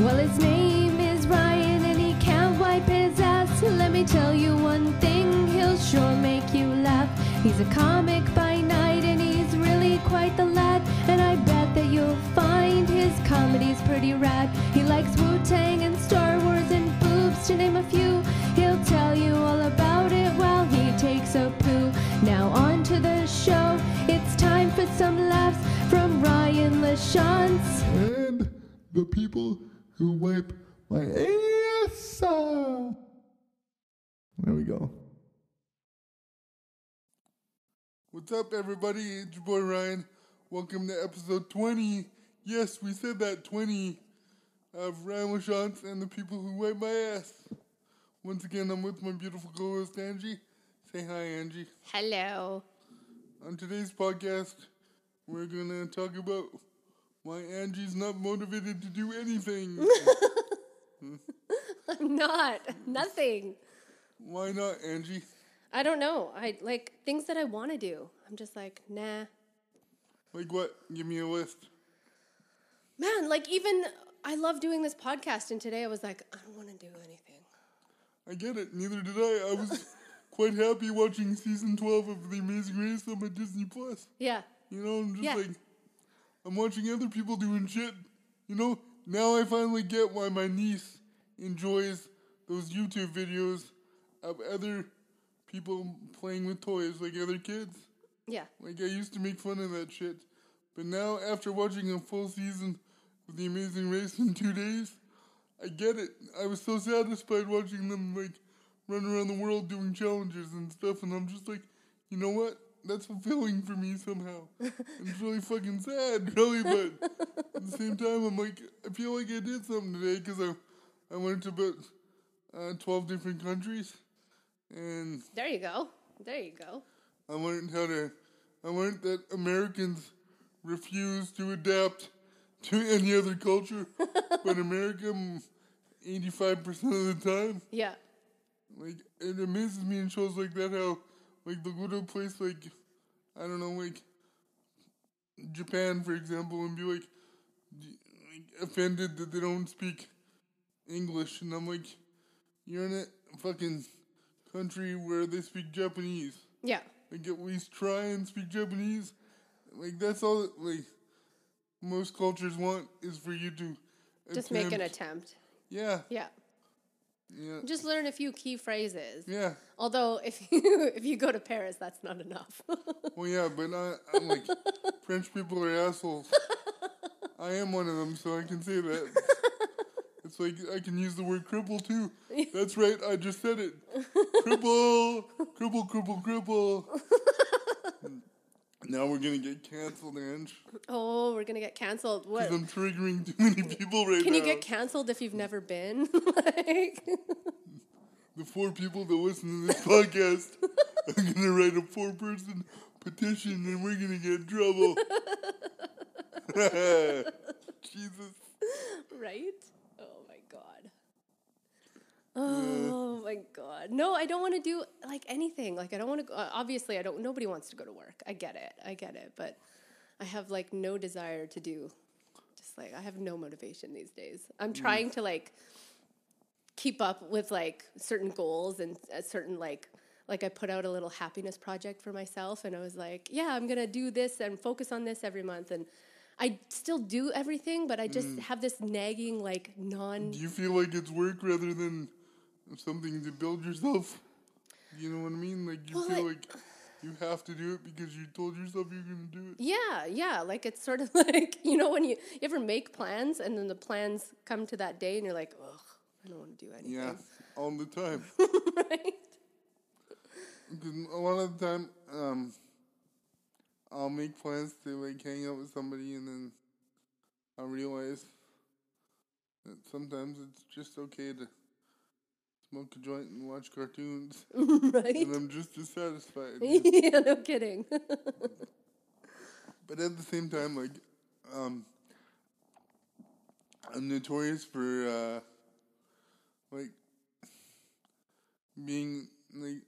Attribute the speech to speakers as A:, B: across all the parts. A: Well, his name is Ryan and he can't wipe his ass. Let me tell you one thing, he'll sure make you laugh. He's a comic by night and he's really quite the lad. And I bet that you'll find his comedy's pretty rad. He likes Wu Tang and Star Wars and boobs, to name a few. He'll tell you all about it while he takes a poo. Now on to the show. It's time for some laughs from Ryan LaChance.
B: and the people who wipe my ass. There we go. What's up, everybody? It's your boy Ryan. Welcome to episode 20. Yes, we said that 20 of Ryan LaChance and the people who wipe my ass. Once again, I'm with my beautiful co host, Angie. Say hi, Angie.
C: Hello.
B: On today's podcast, we're gonna talk about why Angie's not motivated to do anything.
C: I'm not. Nothing.
B: why not, Angie?
C: I don't know. I like things that I want to do. I'm just like, nah.
B: Like what? Give me a list.
C: Man, like even I love doing this podcast and today I was like, I don't want to do anything.
B: I get it. Neither did I. I was quite happy watching season twelve of The Amazing Race on my Disney Plus.
C: Yeah.
B: You know, I'm just
C: Yeah.
B: like, I'm watching other people doing shit. You know, now I finally get why my niece enjoys those YouTube videos of other people playing with toys, like other kids.
C: Yeah.
B: Like, I used to make fun of that shit. But now, after watching a full season of The Amazing Race in two days, I get it. I was so satisfied watching them, like, run around the world doing challenges and stuff, and I'm just like, you know what? That's fulfilling for me somehow. it's really fucking sad, really, but at the same time, I'm like, I feel like I did something today because I, I went to about uh, 12 different countries, and
C: There you go. There you go.
B: I learned how to. I learned that Americans refuse to adapt to any other culture, but America, mm, eighty-five percent of the time,
C: Yeah.
B: like it amazes me in shows like that how, like the little place like, I don't know, like Japan for example, and be like, d- like offended that they don't speak English, and I'm like, you're in a fucking country where they speak Japanese
C: Yeah.
B: like at least try and speak Japanese. Like that's all that, like most cultures want is for you to
C: Just make an
B: attempt.
C: attempt.
B: Yeah,
C: Yeah.
B: yeah,
C: Just learn a few key phrases.
B: yeah.
C: Although if you if you go to Paris, that's not enough.
B: Well, yeah, but I, I'm like French people are assholes. I am one of them, so I can say that. It's like I can use the word cripple too. That's right, I just said it. Cripple, cripple, cripple, cripple. now we're gonna get canceled, Ange.
C: oh, we're gonna get canceled. What?
B: I'm triggering too many people right
C: Can
B: now.
C: you get canceled if you've never been? like,
B: the four people that listen to this podcast are gonna write a four person petition and we're gonna get in trouble. Jesus.
C: Right? Oh my god. Oh my god. No, I don't want to do like anything. Like I don't want to go uh, obviously I don't nobody wants to go to work. I get it. I get it, but I have like no desire to do just like I have no motivation these days. I'm trying to like keep up with like certain goals and a certain like like I put out a little happiness project for myself and I was like, yeah, I'm going to do this and focus on this every month and I still do everything, but I just have this nagging like non
B: Do you feel like it's work rather than something to build yourself? You know what I mean? Like you
C: Well,
B: feel
C: I-
B: like you have to do it because you told yourself you're gonna do it.
C: Yeah, yeah. Like it's sort of like you know when you, you ever make plans and then the plans come to that day and you're like, ugh, I don't want to do anything.
B: Yeah. All the time.
C: right?
B: Because a lot of the time, um, I'll make plans to like hang out with somebody, and then I realize that sometimes it's just okay to smoke a joint and watch cartoons, and
C: right?
B: I'm just dissatisfied.
C: yeah, no kidding.
B: but at the same time, like, um, I'm notorious for uh, like being like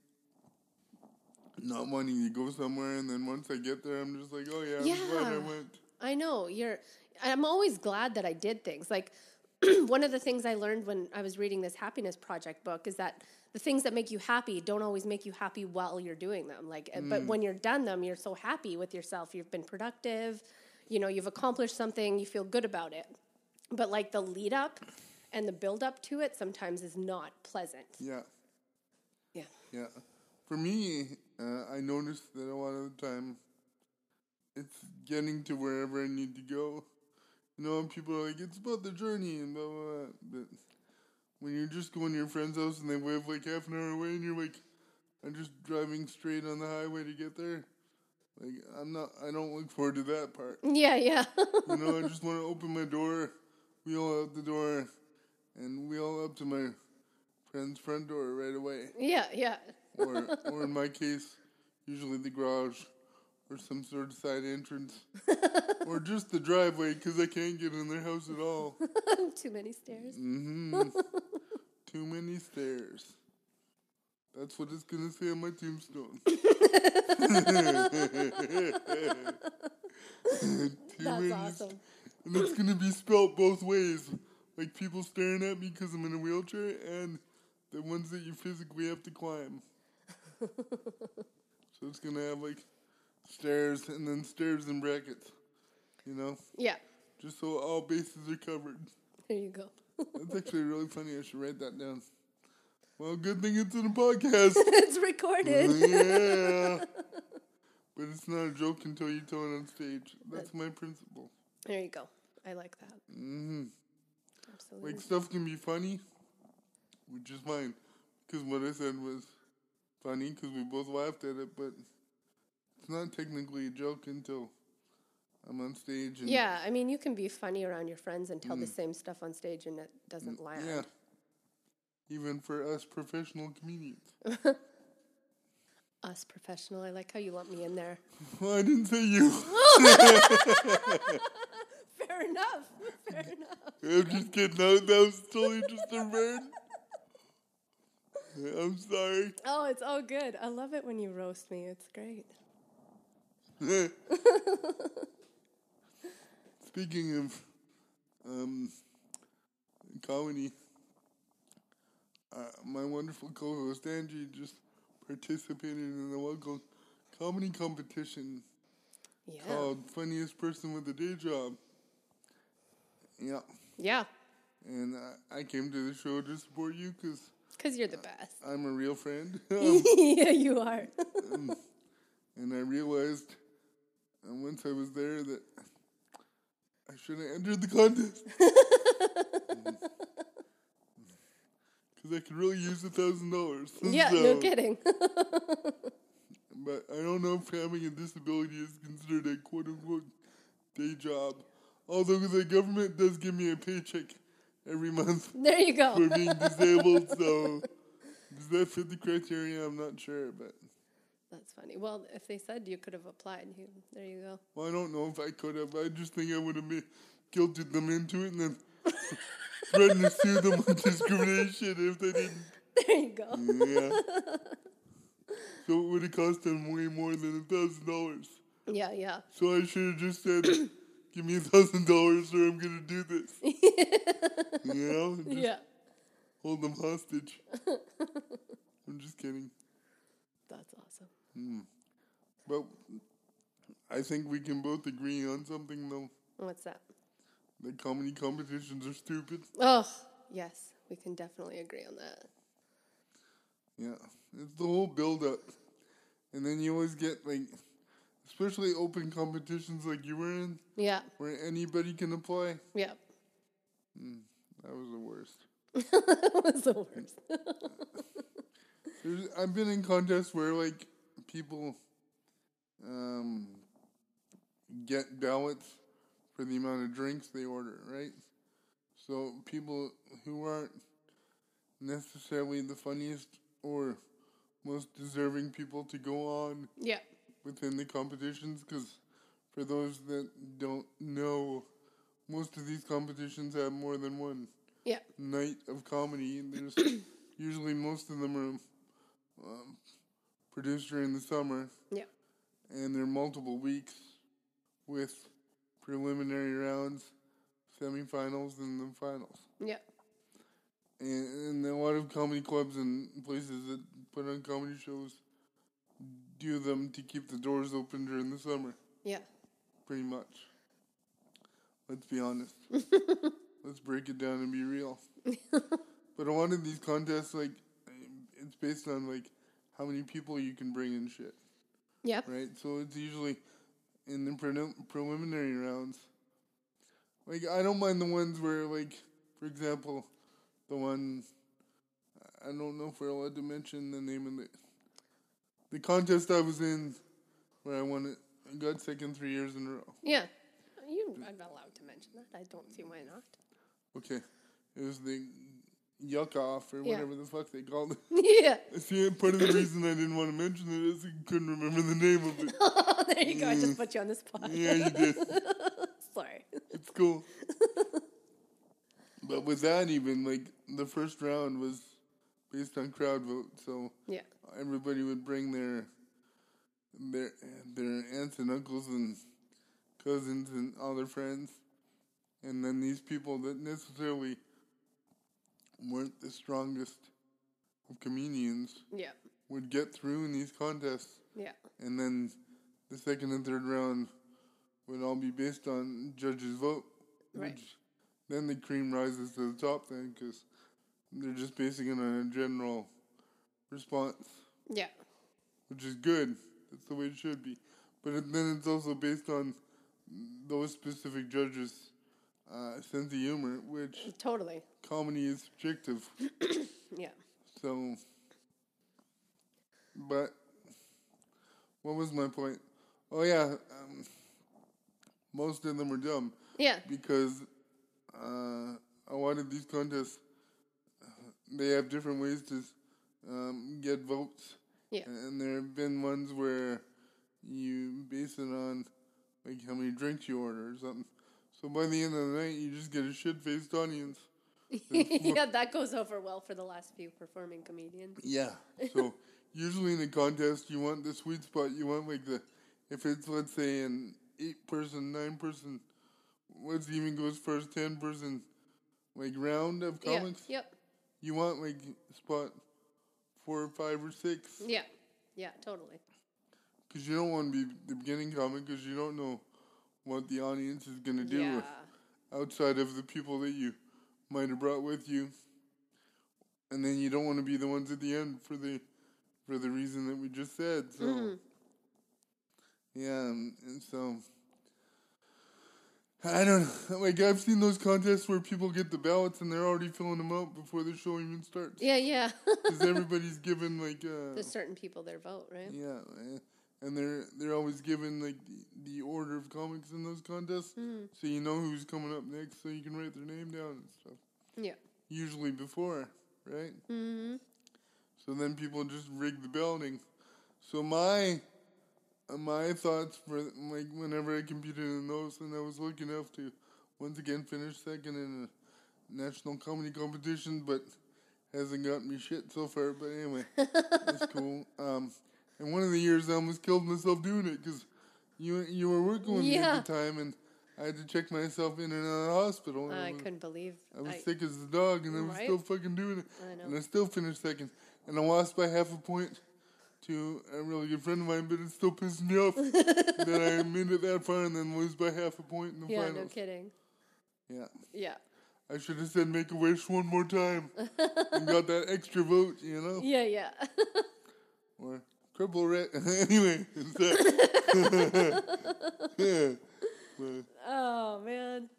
B: not wanting to go somewhere, and then once I get there, I'm just like, oh yeah, I'm glad I
C: Yeah.
B: went.
C: I know you're. I'm always glad that I did things. Like one of the things I learned when I was reading this happiness project book is that the things that make you happy don't always make you happy while you're doing them. Like, uh, but when you're done them, you're so happy with yourself. You've been productive. You know, you've accomplished something. You feel good about it. But like the lead up and the build up to it sometimes is not pleasant.
B: Yeah.
C: Yeah.
B: Yeah. For me, uh, I noticed that a lot of the time it's getting to wherever I need to go. You know, and people are like, it's about the journey and blah, blah, blah. But when you're just going to your friend's house and they live like half an hour away and you're like, I'm just driving straight on the highway to get there. Like, I'm not, I don't look forward to that part.
C: Yeah, yeah.
B: You know, I just want to open my door, wheel out the door, and wheel up to my friend's front door right away
C: yeah, yeah.
B: or or in my case, usually the garage or some sort of side entrance or just the driveway because I can't get in their house at all. Mm-hmm.
C: Too many stairs.
B: Too many stairs. That's what it's gonna say on my tombstone. Too
C: That's
B: many
C: awesome.
B: and it's gonna be spelt both ways. Like people staring at me because I'm in a wheelchair, and the ones that you physically have to climb. so it's gonna have like stairs and then stairs in brackets, you know,
C: Yeah.
B: just so all bases are covered.
C: There you go.
B: That's actually really funny. I should write that down. Well, good thing it's in a podcast.
C: it's recorded.
B: yeah. But it's not a joke until you tell it on stage. That's my principle.
C: There you go. I like that. Mm-hmm. Absolutely.
B: Like stuff can be funny, which is fine, because what I said was funny because we both laughed at it. But it's not technically a joke until I'm on stage. And
C: Yeah, I mean, you can be funny around your friends and tell the same stuff on stage and it doesn't land.
B: yeah. Even for us professional comedians.
C: Us professional, I like how you lump me in there.
B: Well, I didn't say you.
C: Fair enough. Fair enough.
B: I'm just kidding. That that was totally just a burn. I'm sorry.
C: Oh, it's all good. I love it when you roast me. It's great.
B: Mm. Speaking of um, comedy, uh, my wonderful co-host Angie just participated in a local comedy competition
C: Yeah.
B: called "Funniest Person with a Day Job." Yeah,
C: Yeah.
B: and uh, I, I came to the show to support you because
C: Because you're the best.
B: I'm a real friend.
C: yeah, you are.
B: Mm. And I realized uh, once I was there that I should have entered the contest. Because I could really use a thousand dollars.
C: yeah, no kidding.
B: But I don't know if having a disability is considered a quote unquote day job. Although the government does give me a paycheck every month
C: there you
B: for
C: go.
B: being disabled, so does that fit the criteria? I'm not sure, but
C: That's funny. Well, if they said you could have applied, you, there you go.
B: Well, I don't know if I could have. I just think I would have ma- guilted them into it and then threatened to sue them on discrimination if they didn't.
C: There you
B: Mm.
C: go.
B: Yeah. So it would have cost them way more than a thousand dollars.
C: Yeah, yeah.
B: So I should have just said, "Give me a thousand dollars, or I'm gonna do this." you know, just
C: Yeah.
B: hold them hostage. I'm just kidding,
C: That's awesome.
B: but I think we can both agree on something though:
C: What's that?
B: that comedy competitions are stupid.
C: Oh, yes. We can definitely agree on that.
B: Yeah, it's the whole build up. And then you always get like, especially open competitions like you were in,
C: Yeah,
B: where anybody can apply.
C: yeah.
B: That was the worst.
C: That was the worst.
B: There's, I've been in contests where like people um, get ballots for the amount of drinks they order, right? So people who aren't necessarily the funniest or most deserving people to go on
C: Yeah.
B: within the competitions because for those that don't know most of these competitions have more than one
C: Yeah.
B: night of comedy and there's usually most of them are um, produced during the summer
C: Yeah.
B: and they're multiple weeks with preliminary rounds semifinals and the finals.
C: Yeah.
B: And, and a lot of comedy clubs and places that put on comedy shows do them to keep the doors open during the summer,
C: Yeah.
B: pretty much. Let's be honest. Let's break it down and be real. but a lot of these contests, like, it's based on like how many people you can bring and shit.
C: Yep.
B: right? So it's usually in the prelim preliminary rounds. Like I don't mind the ones where, like, for example, the one I don't know if we're allowed to mention the name of it. The contest I was in, where I won it, I got second three years in a row.
C: Yeah. You, I'm not allowed to mention that. I don't see why not.
B: Okay, it was the yuck off or
C: Yeah.
B: whatever the fuck they called it.
C: yeah.
B: See, part of the reason I didn't want to mention it is I couldn't remember the name of it.
C: there you go. I just put you on the spot.
B: yeah, you did.
C: Sorry.
B: It's cool. but with that, even like the first round was based on crowd vote, so
C: Yeah.
B: everybody would bring their their their aunts and uncles and cousins and all their friends, and then these people that necessarily weren't the strongest of comedians
C: Yeah.
B: would get through in these contests
C: Yeah.
B: and then the second and third round would all be based on judges' vote.
C: Right.
B: Which then the cream rises to the top then because they're just basing it on a general response,
C: Yeah.
B: which is good. That's the way it should be. But it- then it's also based on those specific judges' uh, sense of humor, which
C: Totally.
B: comedy is subjective.
C: Yeah.
B: So, but what was my point? Oh yeah, um, most of them are dumb
C: Yeah.
B: because uh, a lot of these contests uh, they have different ways to um, get votes,
C: Yeah.
B: and there have been ones where you base it on like how many drinks you order or something. So by the end of the night, you just get a shit-faced audience.
C: yeah, that goes over well for the last few performing comedians.
B: Yeah. So usually in a contest, you want the sweet spot. You want like the if it's let's say an eight person, nine person, let's even goes first ten person, like round of comics.
C: Yeah. Yep.
B: You want like spot four or five or six
C: Yeah. Yeah, totally. Mm-hmm.
B: because you don't want to be the beginning comic because you don't know what the audience is gonna do
C: Yeah.
B: outside of the people that you might have brought with you. And then you don't want to be the ones at the end for the for the reason that we just said. So
C: Mm-hmm.
B: yeah, and, and so I don't know. Like I've seen those contests where people get the ballots and they're already filling them out before the show even starts
C: Yeah, yeah.
B: because everybody's given like uh,
C: the certain people their vote, right?
B: yeah, eh, and they're they're always given like the, the order of comics in those contests, so you know who's coming up next, so you can write their name down and stuff.
C: Yeah.
B: Usually before, right? Mm-hmm. So then people just rig the building. So my uh, my thoughts for like whenever I competed in those, and I was lucky enough to once again finish second in a national comedy competition, but hasn't got me shit so far. But anyway, that's cool. Um, and one of the years I almost killed myself doing it because you you were working with me
C: Yeah.
B: at the time, and I had to check myself in and out of the hospital. and
C: I
B: was-
C: couldn't believe.
B: Uh, I was
C: I-
B: sick as a dog, and I was
C: Right?
B: still fucking doing it.
C: I know.
B: And I still finished second, and I lost by half a point to a really good friend of mine. But it still pissed me off that I made it that far and then lose by half a point in the
C: yeah, no
B: finals.
C: kidding.
B: Yeah,
C: Yeah.
B: I should have said "Make a Wish" one more time and got that extra vote, you know,
C: Yeah, yeah.
B: or cripple rat. anyway, it's that. yeah. But-
C: oh, man.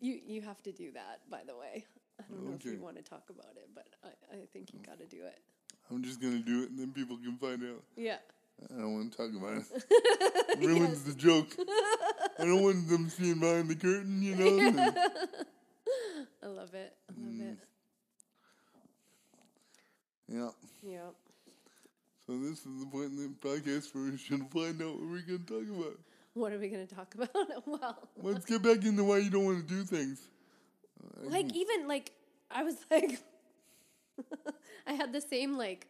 C: You you have to do that, by the way. I don't know if
B: Hmm. Okay.
C: you want to talk about it, but I, I think you got to do it.
B: I'm just gonna do it, and then people can find out.
C: Yeah.
B: I don't want to talk about it. Ruins the joke. I don't want them seeing behind the curtain, you know?
C: I love it. I love
B: Hmm.
C: it.
B: Yeah.
C: Yeah.
B: So this is the point in the podcast where we should find out what we're going to talk about.
C: What are we going to talk about? well,
B: Let's get back into why you don't want to do things. Hmm.
C: like even like I was like I had the same like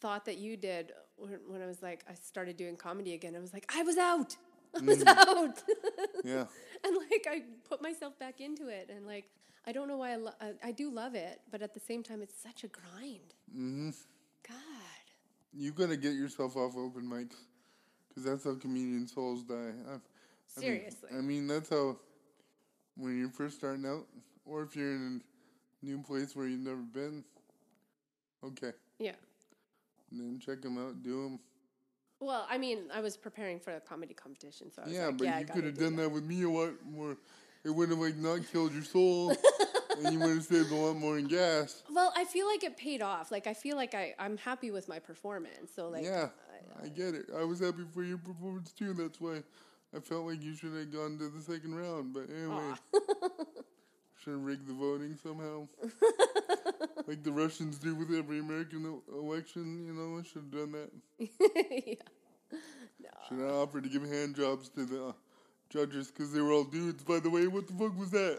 C: thought that you did when, when I was like I started doing comedy again. I was like I was out. I
B: Hmm.
C: was out.
B: Yeah.
C: and like I put myself back into it, and like I don't know why I lo- I, I do love it, but at the same time, it's such a grind. Mm-hmm. God,
B: You gotta get yourself off open mics, because that's how comedian souls die. I, I mean-
C: Seriously.
B: I mean, that's how when you're first starting out, or if you're in a new place where you've never been. Okay,
C: yeah.
B: and then check them out, do them.
C: Well, I mean, I was preparing for a comedy competition, so I was
B: Yeah,
C: like,
B: but
C: yeah, I
B: you
C: gotta
B: could have
C: do
B: done that. with me a lot more. It would have like not killed your soul, and you would have saved a lot more in gas.
C: Well, I feel like it paid off. Like I feel like I, I'm happy with my performance. So like,
B: yeah,
C: uh,
B: I, get it. I was happy for your performance too. That's why I felt like you should have gone to the second round. But anyway, should have rigged the voting somehow, like the Russians do with every American e- election. You know, I should have done that.
C: yeah.
B: Should have offered to give hand jobs to the uh, judges because they were all dudes. By the way, what the fuck was that?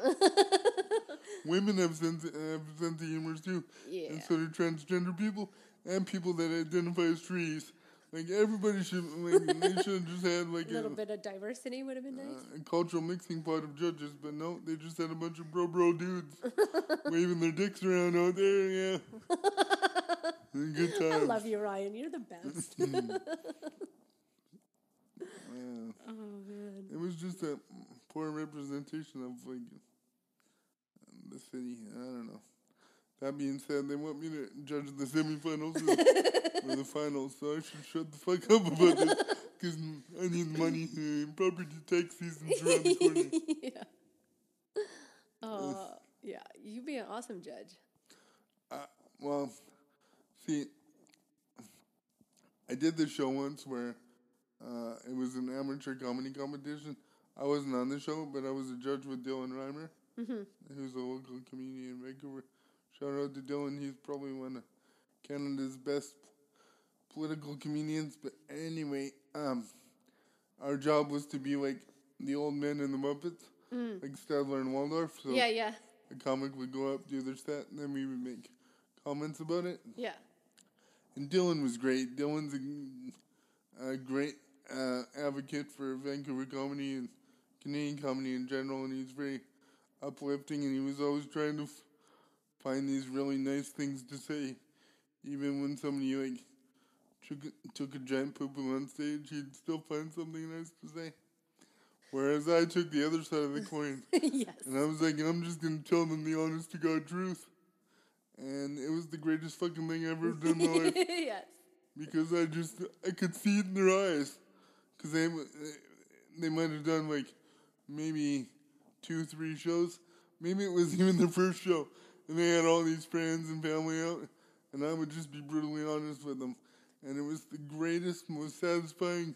B: Women have sense, have sense of humor too,
C: Yeah.
B: and so do transgender people and people that identify as trees. Like everybody should, like they should have just had like
C: A little
B: a,
C: bit of diversity would have been nice.
B: a cultural mixing pot of judges, but no, they just had a bunch of bro bro dudes waving their dicks around out there. Yeah, good time.
C: I love you, Ryan. You're the best.
B: Yeah.
C: oh man.
B: It was just a poor representation of like the city. I don't know. That being said, they want me to judge the semifinals or- or the finals, so I should shut the fuck up about this because I need money and property tax season's around the corner.
C: yeah. Uh, yeah. You'd be an awesome judge.
B: Well, see, I did this show once where uh, it was an amateur comedy competition. I wasn't on the show, but I was a judge with Dylan Reimer, who's a local comedian in Vancouver. Shout out to Dylan. He's probably one of Canada's best political comedians. But anyway, um, our job was to be like the old men in the Muppets, like Stadler and Waldorf. So
C: Yeah, yeah,
B: a comic would go up, do their set, and then we would make comments about it.
C: yeah.
B: And Dylan was great. Dylan's a, a great uh, advocate for Vancouver comedy and Canadian comedy in general, and he's very uplifting, and he was always trying to f- find these really nice things to say. Even when somebody like took a, took a giant poop on stage, he'd still find something nice to say. Whereas I took the other side of the coin.
C: yes.
B: And I was like, I'm just gonna tell them the honest to God truth. And it was the greatest fucking thing I've ever done in my life
C: yes.
B: because I just I could see it in their eyes because they they might have done like maybe two three shows, maybe it was even their first show, and they had all these friends and family out, and I would just be brutally honest with them, and it was the greatest, most satisfying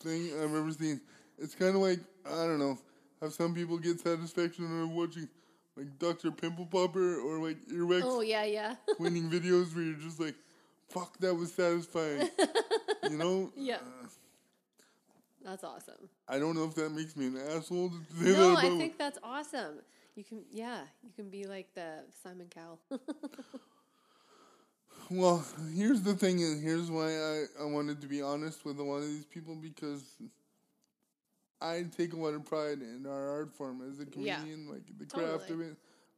B: thing I've ever seen. It's kind of like I don't know how some people get satisfaction out of watching like Dr. Pimple Popper or like Earwax
C: Oh yeah, yeah.
B: winning videos where you're just like, fuck, that was satisfying. you know?
C: yeah. That's awesome.
B: I don't know if that makes me an asshole to say that
C: No,
B: about
C: I think that's awesome. You can, yeah, you can be like the Simon Cowell.
B: Well, here's the thing, and here's why I, I wanted to be honest with a lot of these people because I take a lot of pride in our art form as a
C: Yeah.
B: comedian, like the craft of
C: Totally.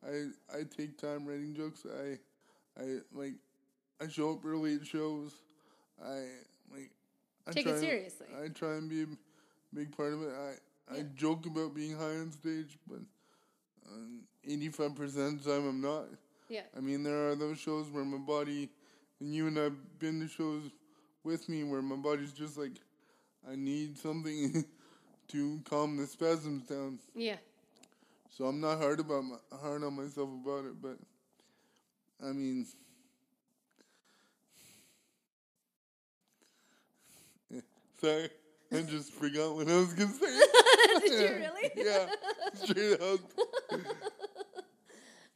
B: it. I I take time writing jokes. I I like I show up early at shows. I like I
C: Take it
B: try-
C: seriously.
B: I try and be a big part of it. I I joke about being high on stage, but eighty five percent of the time I'm not.
C: yeah.
B: I mean, there are those shows where my body, and you and I've been to shows with me where my body's just like, I need something to calm the spasms down.
C: Yeah.
B: So I'm not hard about my, hard on myself about it, but I mean, Yeah, sorry, I just forgot what I was gonna say.
C: Did you really?
B: yeah, straight up.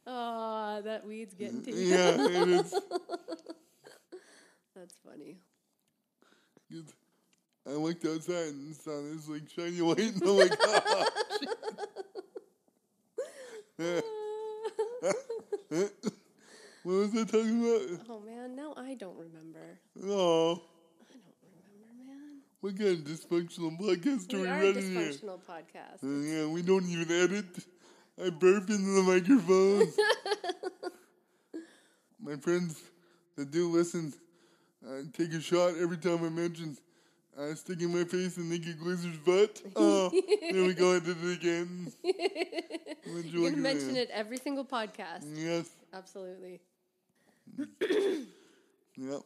C: Oh, that weed's getting to you.
B: Yeah, it is.
C: That's funny.
B: 'Cause I looked outside and saw this like shiny light, and I'm like, ah, shit.
C: Oh,
B: what was I talking about?
C: oh man, now I don't remember.
B: Oh,
C: I don't remember, man.
B: what got a dysfunctional podcast
C: We
B: we
C: are a
B: running here.
C: dysfunctional podcast.
B: Uh, yeah, we don't even edit. I burp into the microphone. My friends that do listen uh, take a shot every time I mention uh, sticking my face in Nikki Glizzer's butt. Oh, there we go. I did it again.
C: You're going to mention it every single podcast.
B: Yes.
C: Absolutely.
B: Yep.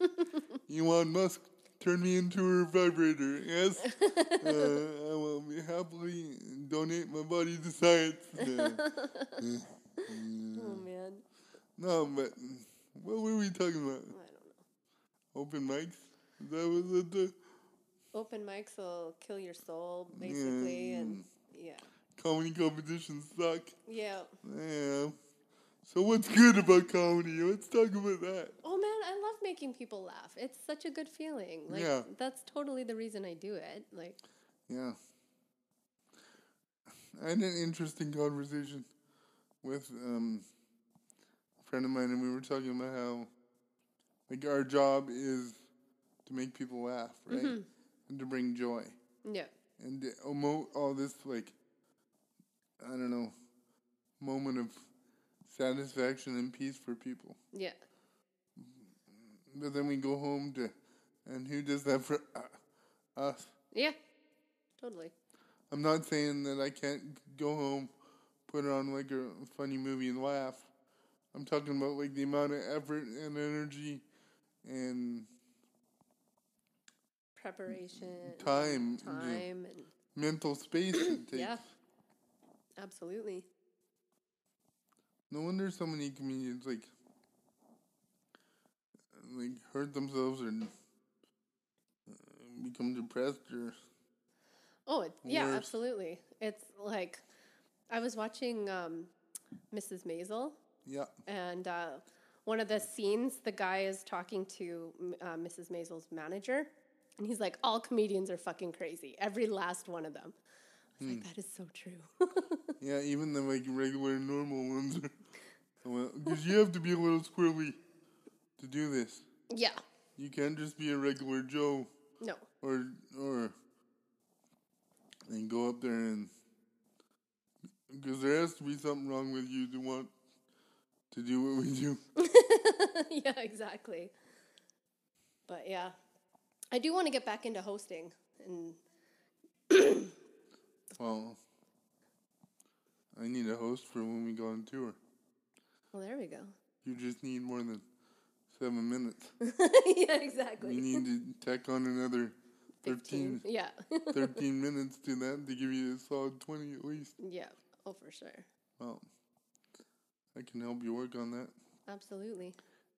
B: Elon Musk turned me into her vibrator. Yes. uh, I will be happily donate my body to science. Uh,
C: Oh, man.
B: no, but what were we talking about?
C: I don't know.
B: Open mics? That was it. The
C: Open mics will kill your soul, basically. And yeah.
B: comedy competitions suck.
C: Yeah.
B: Yeah. So what's good about comedy? Let's talk about that.
C: Oh, man, I love making people laugh. It's such a good feeling. Like,
B: Yeah.
C: that's totally the reason I do it. Like,
B: Yeah. I had an interesting conversation with um, a friend of mine, and we were talking about how, like, our job is to make people laugh, right? And to bring joy.
C: yeah.
B: And to emo- all this, like, I don't know, moment of satisfaction and peace for people.
C: Yeah.
B: But then we go home to, and who does that for uh, us?
C: Yeah. Totally.
B: I'm not saying that I can't go home, put on like a funny movie and laugh. I'm talking about like the amount of effort and energy and
C: Preparation. and
B: Time, yeah.
C: Time. And
B: mental space it takes.
C: Yeah. absolutely.
B: No wonder so many comedians like like hurt themselves or uh, become depressed or
C: Oh, it, yeah,
B: Worse.
C: absolutely. It's like I was watching um, Mrs. Maisel,
B: yeah
C: and uh, one of the scenes, the guy is talking to m- uh, Mrs. Maisel's manager, and he's like, "All comedians are fucking crazy. Every last one of them." I was like, "That is so true."
B: yeah even the like regular normal ones are because you have to be a little squirrely to do this.
C: yeah.
B: You can't just be a regular Joe.
C: No.
B: or or and go up there and because there has to be something wrong with you to want to do what we do.
C: yeah. Exactly. But yeah, I do want to get back into hosting, and
B: Well, I need a host for when we go on tour.
C: well, there we go.
B: You just need more than seven minutes.
C: yeah.
B: We
C: Exactly.
B: need to tack on another 13,
C: Yeah.
B: 13 minutes to that to give you a solid 20 at least.
C: yeah. Oh, for sure.
B: Well, I can help you work on that.
C: Absolutely.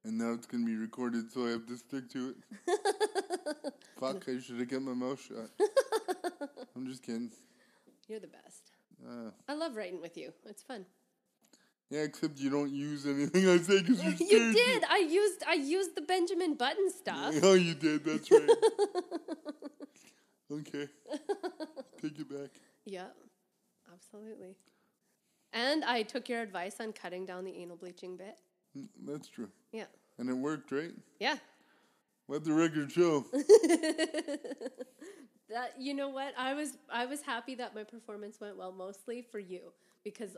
B: And now it's gonna be recorded, so I have to stick to it. Fuck! I should have kept my mouth shut. I'm just kidding.
C: You're the best.
B: Uh,
C: I love writing with you. It's fun.
B: yeah, except you don't use anything I say because you're
C: You
B: scared
C: did. I used I used the Benjamin Button stuff.
B: to- Oh, you did. That's right. okay, take it back.
C: Yeah. Absolutely. And I took your advice on cutting down the anal bleaching bit.
B: Mm, That's true,
C: Yeah.
B: and it worked, right?
C: Yeah.
B: Let the record show.
C: That you know what? I was I was happy that my performance went well mostly for you because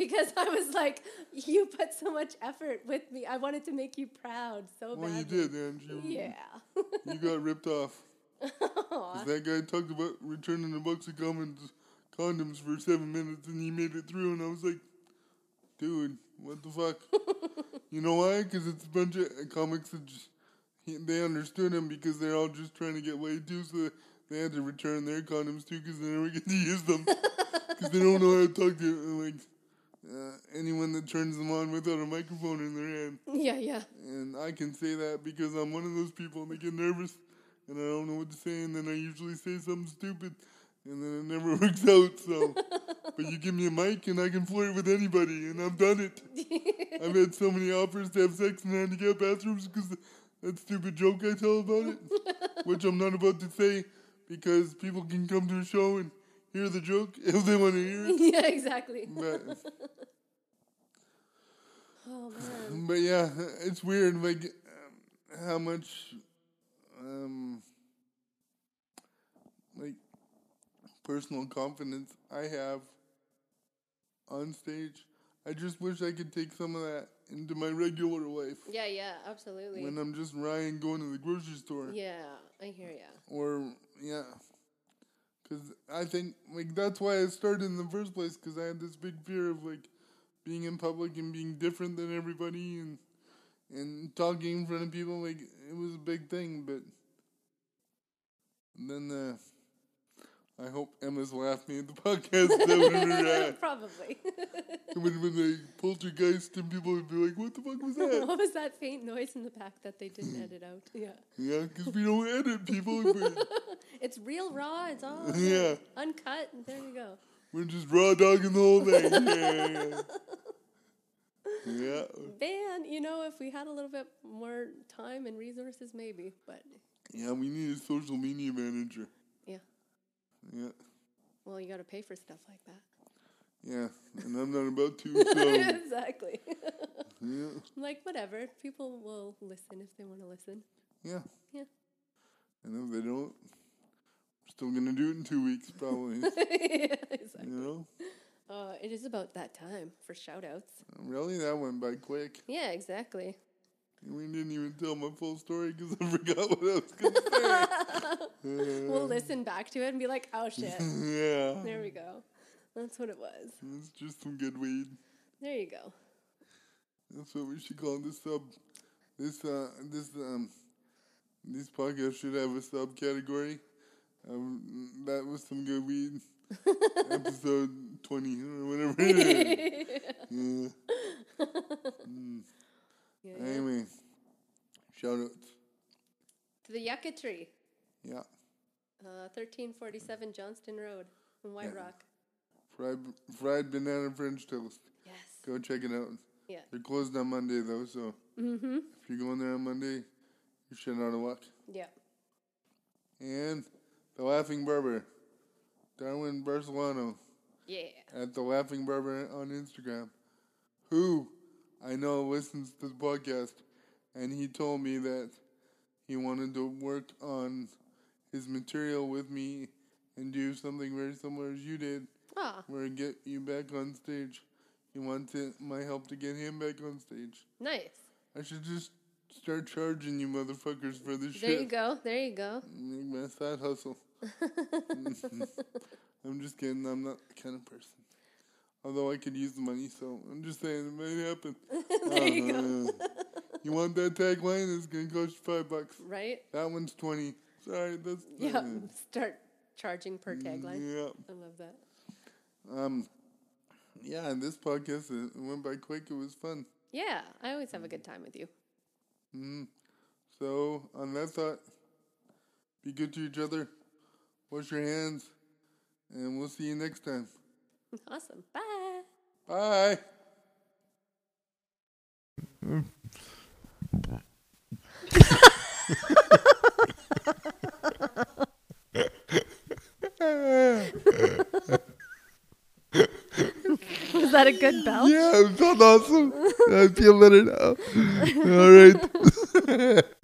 C: because I was like you put so much effort with me. I wanted to make you proud so
B: well, you
C: badly.
B: did, and you,
C: Yeah.
B: you got ripped off. 'Cause that guy talked about returning a box of condoms, condoms for seven minutes and he made it through, and I was like, dude, what the fuck? you know why? Because it's a bunch of comics that just, he, they understood him because they're all just trying to get laid too, so they had to return their condoms too because they never get to use them. Because they don't know how to talk to like uh, anyone that turns them on without a microphone in their hand.
C: yeah, yeah.
B: And I can say that because I'm one of those people and I get nervous and I don't know what to say and then I usually say something stupid and then it never works out. So, but you give me a mic and I can flirt with anybody and I've done it. I've had so many offers to have sex in handicapped bathrooms because that stupid joke I tell about it, which I'm not about to say because people can come to a show and hear the joke if they want to hear it.
C: Yeah, exactly.
B: But
C: Oh man.
B: But yeah, it's weird, like um, how much um, like personal confidence I have on stage. I just wish I could take some of that into my regular life
C: Yeah, yeah, absolutely.
B: when I'm just Ryan going to the grocery store
C: yeah, I hear ya.
B: or yeah. Cause I think like that's why I started in the first place. Cause I had this big fear of like being in public and being different than everybody and and talking in front of people. Like it was a big thing, but then uh, I hope Emma's laughing at the podcast. that would have been, uh,
C: Probably.
B: it would have been like poltergeist, and people would be like, "What the fuck was that?"
C: what was that faint noise in the back that they didn't edit out? Yeah.
B: yeah, because we don't edit people. we
C: It's real raw, it's all
B: yeah.
C: uncut, and there you go.
B: We're just raw dogging the whole thing. Yeah. yeah.
C: Van, you know, if we had a little bit more time and resources, maybe, but
B: Yeah, we need a social media manager.
C: yeah.
B: Yeah.
C: Well, you got to pay for stuff like that.
B: Yeah. And I'm not about to, so
C: exactly.
B: yeah.
C: I'm like, whatever. People will listen if they want to listen.
B: Yeah.
C: Yeah.
B: And if they don't, we're still gonna do it in two weeks probably.
C: Yeah, exactly.
B: you know?
C: Uh, it is about that time for shout outs.
B: Really that went by quick.
C: Yeah, exactly.
B: We didn't even tell my full story because I forgot what I was gonna
C: We'll listen back to it and be like, oh shit.
B: say. yeah.
C: there we go. That's what it was.
B: It's just some good weed.
C: There you go.
B: That's what we should call this sub. This uh, this um, these podcasts should have a subcategory. Um, that was some good weed. Episode twenty or whatever. it is. yeah. Mm.
C: Yeah.
B: Anyway, shout outs.
C: To the Yucca Tree,
B: Yeah,
C: uh, 1347 Johnston Road in White
B: Yeah.
C: Rock.
B: fried fried banana French toast.
C: Yes.
B: Go check it out.
C: Yeah.
B: They're closed on Monday though, so
C: Mm-hmm.
B: if you're going there on Monday, you should not have luck.
C: Yeah.
B: And the Laughing Barber, Darwin Barcelona.
C: Yeah.
B: at the Laughing Barber on Instagram, who I know listens to the podcast, and he told me that he wanted to work on his material with me and do something very similar as you did,
C: Ah,
B: where I get you back on stage. He wanted my help to get him back on stage.
C: nice.
B: I should just start charging you motherfuckers for this
C: There
B: shit.
C: you go. There you go.
B: Make my side hustle. I'm just kidding. I'm not the kind of person. Although I could use the money, so I'm just saying it might happen.
C: there you go.
B: You want that tagline? It's gonna cost you five bucks.
C: Right?
B: That one's twenty. Sorry, that's
C: Yeah. Start charging per tagline.
B: Yeah.
C: I love that.
B: Um. Yeah, and this podcast it went by quick. It was fun.
C: Yeah. I always have a good time with you.
B: Mm. So on that thought, be good to each other. Wash your hands, and we'll see you next time.
C: Awesome. Bye.
B: Bye.
C: Was that a good bell?
B: Yeah, it felt awesome. I feel better now. All right.